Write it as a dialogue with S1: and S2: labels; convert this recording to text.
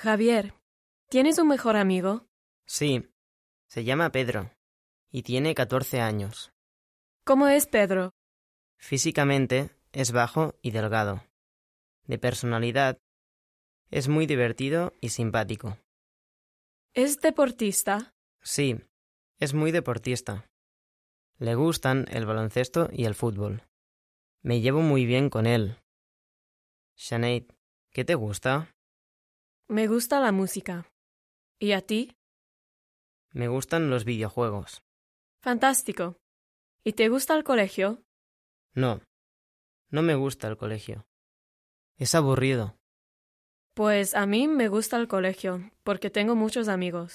S1: Javier, ¿tienes un mejor amigo?
S2: Sí, se llama Pedro y tiene 14 años.
S1: ¿Cómo es Pedro?
S2: Físicamente es bajo y delgado. De personalidad es muy divertido y simpático.
S1: ¿Es deportista?
S2: Sí, es muy deportista. Le gustan el baloncesto y el fútbol. Me llevo muy bien con él. Sinead, ¿qué te gusta?
S1: Me gusta la música. ¿Y a ti?
S2: Me gustan los videojuegos.
S1: Fantástico. ¿Y te gusta el colegio?
S2: No, no me gusta el colegio. Es aburrido.
S1: Pues a mí me gusta el colegio, porque tengo muchos amigos.